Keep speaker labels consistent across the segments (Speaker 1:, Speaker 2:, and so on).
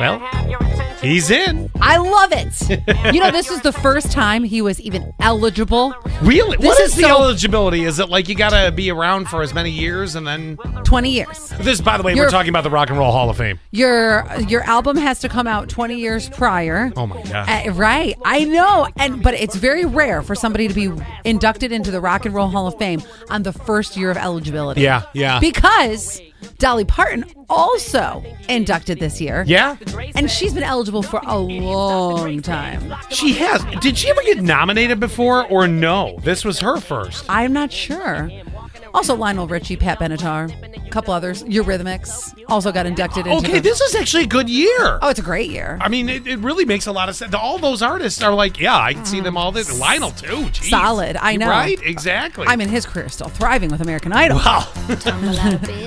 Speaker 1: Well, he's in.
Speaker 2: I love it. you know, this is the first time he was even eligible.
Speaker 1: Really? what
Speaker 2: This
Speaker 1: is,
Speaker 2: is
Speaker 1: the
Speaker 2: so-
Speaker 1: eligibility? Is it like you got to be around for as many years and then.
Speaker 2: 20 years.
Speaker 1: This, by the way, we're
Speaker 2: You're-
Speaker 1: talking about the Rock and Roll Hall of Fame.
Speaker 2: Your your album has to come out 20 years prior.
Speaker 1: Oh, my God.
Speaker 2: Uh, right. I know. And but it's very rare for somebody to be inducted into the Rock and Roll Hall of Fame on the first year of eligibility.
Speaker 1: Yeah, yeah.
Speaker 2: Because Dolly Parton also inducted this year.
Speaker 1: yeah?
Speaker 2: And she's been eligible for a long time.
Speaker 1: She has. Did she ever get nominated before or no? This was her first.
Speaker 2: I'm not sure. Also, Lionel Richie, Pat Benatar, a couple others, Eurythmics also got inducted into.
Speaker 1: Okay,
Speaker 2: the-
Speaker 1: this is actually a good year.
Speaker 2: oh, it's a great year.
Speaker 1: I mean, it, it really makes a lot of sense. All those artists are like, yeah, I can see them all this. Lionel, too. Jeez.
Speaker 2: Solid, I know.
Speaker 1: Right? Exactly.
Speaker 2: I mean, his career is still thriving with American Idol.
Speaker 1: wow.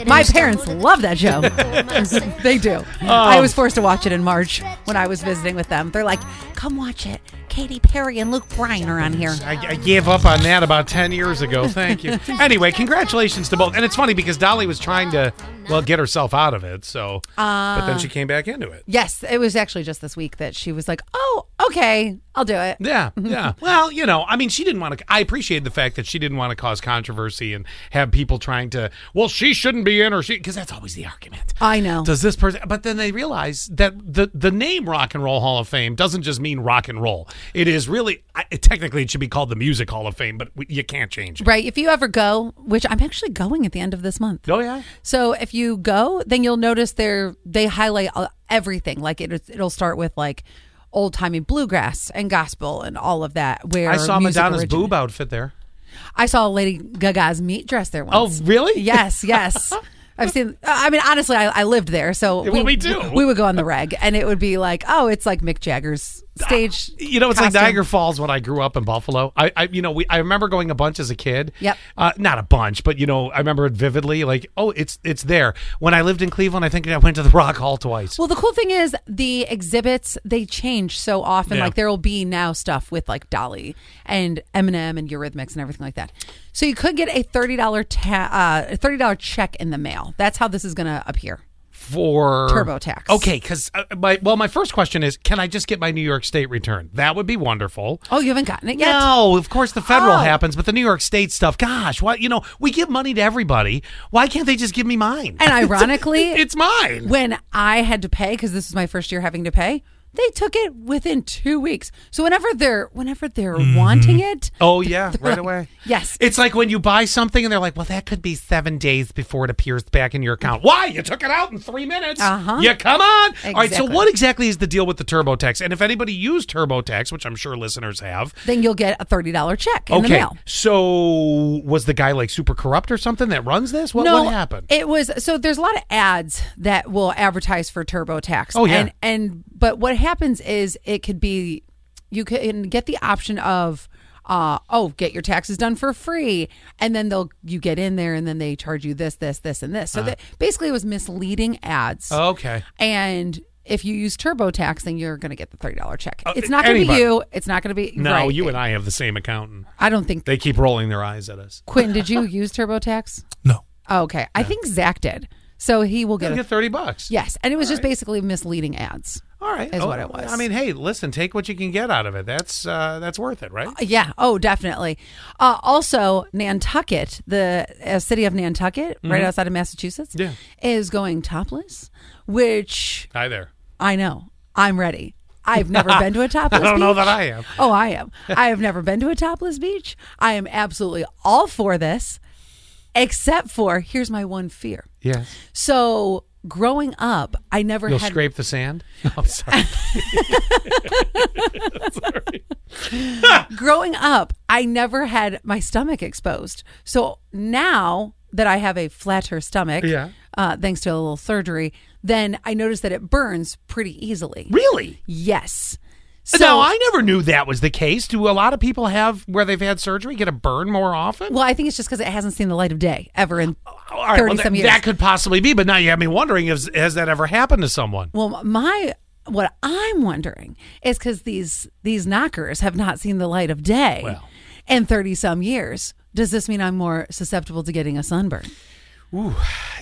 Speaker 2: My parents love that show. they do. I
Speaker 1: Oh.
Speaker 2: was forced to watch it in March when I was visiting with them. They're like, "Come watch it. Katy Perry and Luke Bryan are on here."
Speaker 1: I, I gave up on that about 10 years ago. Thank you. anyway, congratulations to both. And it's funny because Dolly was trying to, well, get herself out of it. So, but then she came back into it.
Speaker 2: Yes, it was actually just this week that she was like, "Oh, okay, I'll do it."
Speaker 1: Yeah, yeah. well, you know, I mean, she didn't want to. I appreciated the fact that she didn't want to cause controversy and have people trying to, well, she shouldn't be in or she, because that's always the argument.
Speaker 2: I know.
Speaker 1: Does this person? But then they realize that the the name Rock and Roll Hall of Fame doesn't just mean rock and roll. It is really I- technically it should be called the Music Hall of Fame, but we, you can't change it.
Speaker 2: Right. If you ever go, which I'm actually going at the end of this month.
Speaker 1: Oh yeah.
Speaker 2: So if you go, then you'll notice they they highlight uh, everything. Like it, it'll start with like old timey bluegrass and gospel and all of that. Where
Speaker 1: I saw
Speaker 2: music
Speaker 1: Madonna's
Speaker 2: originated.
Speaker 1: boob outfit there.
Speaker 2: I saw Lady Gaga's meat dress there once.
Speaker 1: Oh, really?
Speaker 2: yes, yes. I've seen. uh, I mean, honestly, I, I lived there, so
Speaker 1: Well, me too.
Speaker 2: We would go on the reg, and it would be like, oh, it's like Mick Jagger's stage.
Speaker 1: Uh, You know, it's like
Speaker 2: costume.
Speaker 1: Niagara Falls when I grew up in Buffalo. I, I you know, we I remember going a bunch as a kid.
Speaker 2: Yep.
Speaker 1: Uh, not a bunch, but you know, I remember it vividly. Like, oh, it's it's there. When I lived in Cleveland, I think I went to the Rock Hall twice.
Speaker 2: Well, the cool thing is the exhibits they change so often.
Speaker 1: Yeah.
Speaker 2: Like there will be now stuff with like Dolly and Eminem and Eurythmics and everything like that. So you could get a thirty dollar ta- uh, thirty dollar check in the mail. That's how this is going to appear.
Speaker 1: for
Speaker 2: TurboTax.
Speaker 1: Okay, because uh, my well, my first question is, can I just get my New York State return? That would be wonderful.
Speaker 2: Oh, you haven't gotten it yet.
Speaker 1: No, of course the federal
Speaker 2: Oh.
Speaker 1: happens, but the New York State stuff. Gosh, why? You know, we give money to everybody. Why can't they just give me mine?
Speaker 2: And ironically,
Speaker 1: it's mine.
Speaker 2: when I had to pay because this was my first year having to pay. They took it within two weeks. So whenever they're whenever they're wanting it,
Speaker 1: Mm-hmm. Oh yeah, right
Speaker 2: like-
Speaker 1: away.
Speaker 2: Yes.
Speaker 1: It's like when you buy something and they're like, "Well, that could be 7 days before it appears back in your account." Why? You took it out in 3 minutes.
Speaker 2: Uh-huh.
Speaker 1: You come on. All right, so
Speaker 2: Exactly.
Speaker 1: what exactly is the deal with the TurboTax? And if anybody used TurboTax, which I'm sure listeners have,
Speaker 2: then you'll get a thirty dollar check in
Speaker 1: okay.
Speaker 2: the mail.
Speaker 1: So was the guy like super corrupt or something that runs this? What
Speaker 2: no,
Speaker 1: what happened?
Speaker 2: It was so there's a lot of ads that will advertise for TurboTax.
Speaker 1: Oh, yeah.
Speaker 2: and and but what happens is it could be you can get the option of. Uh, oh, get your taxes done for free, and then they'll you get in there, and then they charge you this, this, this, and this. So
Speaker 1: Uh-huh.
Speaker 2: that basically, it was misleading ads.
Speaker 1: okay.
Speaker 2: And if you use TurboTax, then you're going to get the thirty dollar check. It's not going to be
Speaker 1: Oh, anybody.
Speaker 2: you. It's not going to be
Speaker 1: No,
Speaker 2: right.
Speaker 1: you and I have the same accountant.
Speaker 2: I don't think
Speaker 1: They keep rolling their eyes at us.
Speaker 2: Quinn. Did you use TurboTax?
Speaker 3: No.
Speaker 2: Oh, okay, I think Zach did. So he will get.
Speaker 1: You
Speaker 2: A,
Speaker 1: get 30 bucks.
Speaker 2: yes, and it was just basically misleading ads.
Speaker 1: All right.
Speaker 2: Is
Speaker 1: Oh,
Speaker 2: what it was.
Speaker 1: I mean, hey, listen, take what you can get out of it. That's uh, that's worth it, right?
Speaker 2: Yeah. Oh, definitely. Uh, also, Nantucket, the uh, city of Nantucket, right outside of Massachusetts,
Speaker 1: Mm-hmm. Yeah.
Speaker 2: is going topless, which
Speaker 1: Hi there.
Speaker 2: I know. I'm ready. I've never been to a topless
Speaker 1: I don't know
Speaker 2: beach.
Speaker 1: that I am.
Speaker 2: Oh, I am. I have never been to a topless beach. I am absolutely all for this, except for here's my one fear.
Speaker 1: Yes.
Speaker 2: So, growing up, I never
Speaker 1: You'll
Speaker 2: had.
Speaker 1: scrape the sand. No, I'm sorry.
Speaker 2: growing up, I never had my stomach exposed. So now that I have a flatter stomach,
Speaker 1: Yeah.
Speaker 2: uh, thanks to a little surgery, then I noticed that it burns pretty easily.
Speaker 1: really?
Speaker 2: Yes. So
Speaker 1: So, no, I never knew that was the case. Do a lot of people have where they've had surgery get a burn more often?
Speaker 2: well, I think it's just because it hasn't seen the light of day ever in
Speaker 1: All right,
Speaker 2: 30
Speaker 1: well, that,
Speaker 2: some years.
Speaker 1: that could possibly be, but now you have me wondering: has, has that ever happened to someone?
Speaker 2: well, my what I'm wondering is because these these knockers have not seen the light of day
Speaker 1: Well.
Speaker 2: in thirty some years. Does this mean I'm more susceptible to getting a sunburn?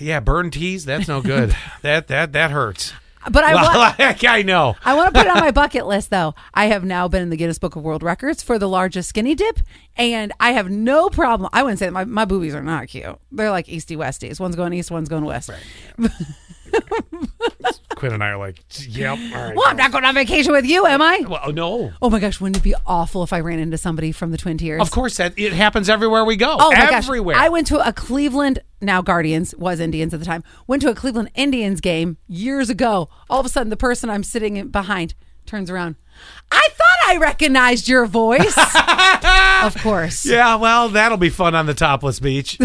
Speaker 1: Yeah, burn tees. That's no good. that that that hurts.
Speaker 2: But I want,
Speaker 1: like, I know.
Speaker 2: I want to put it on my bucket list, though. I have now been in the Guinness Book of World Records for the largest skinny dip, and I have no problem. I wouldn't say that my, my boobies are not cute. They're like easty westies. One's going east, one's going west.
Speaker 1: Quinn and I are like, yep. All right.
Speaker 2: Well, I'm not going on vacation with you, am I?
Speaker 1: Well, no.
Speaker 2: Oh my gosh, wouldn't it be awful if I ran into somebody from the Twin Tiers?
Speaker 1: Of course, that it happens everywhere we go.
Speaker 2: Oh my gosh.
Speaker 1: everywhere.
Speaker 2: I went to a Cleveland now Guardians was Indians at the time. Went to a Cleveland Indians game years ago. All of a sudden, the person I'm sitting in- behind turns around. I thought I recognized your voice. of course.
Speaker 1: yeah, well, that'll be fun on the topless beach.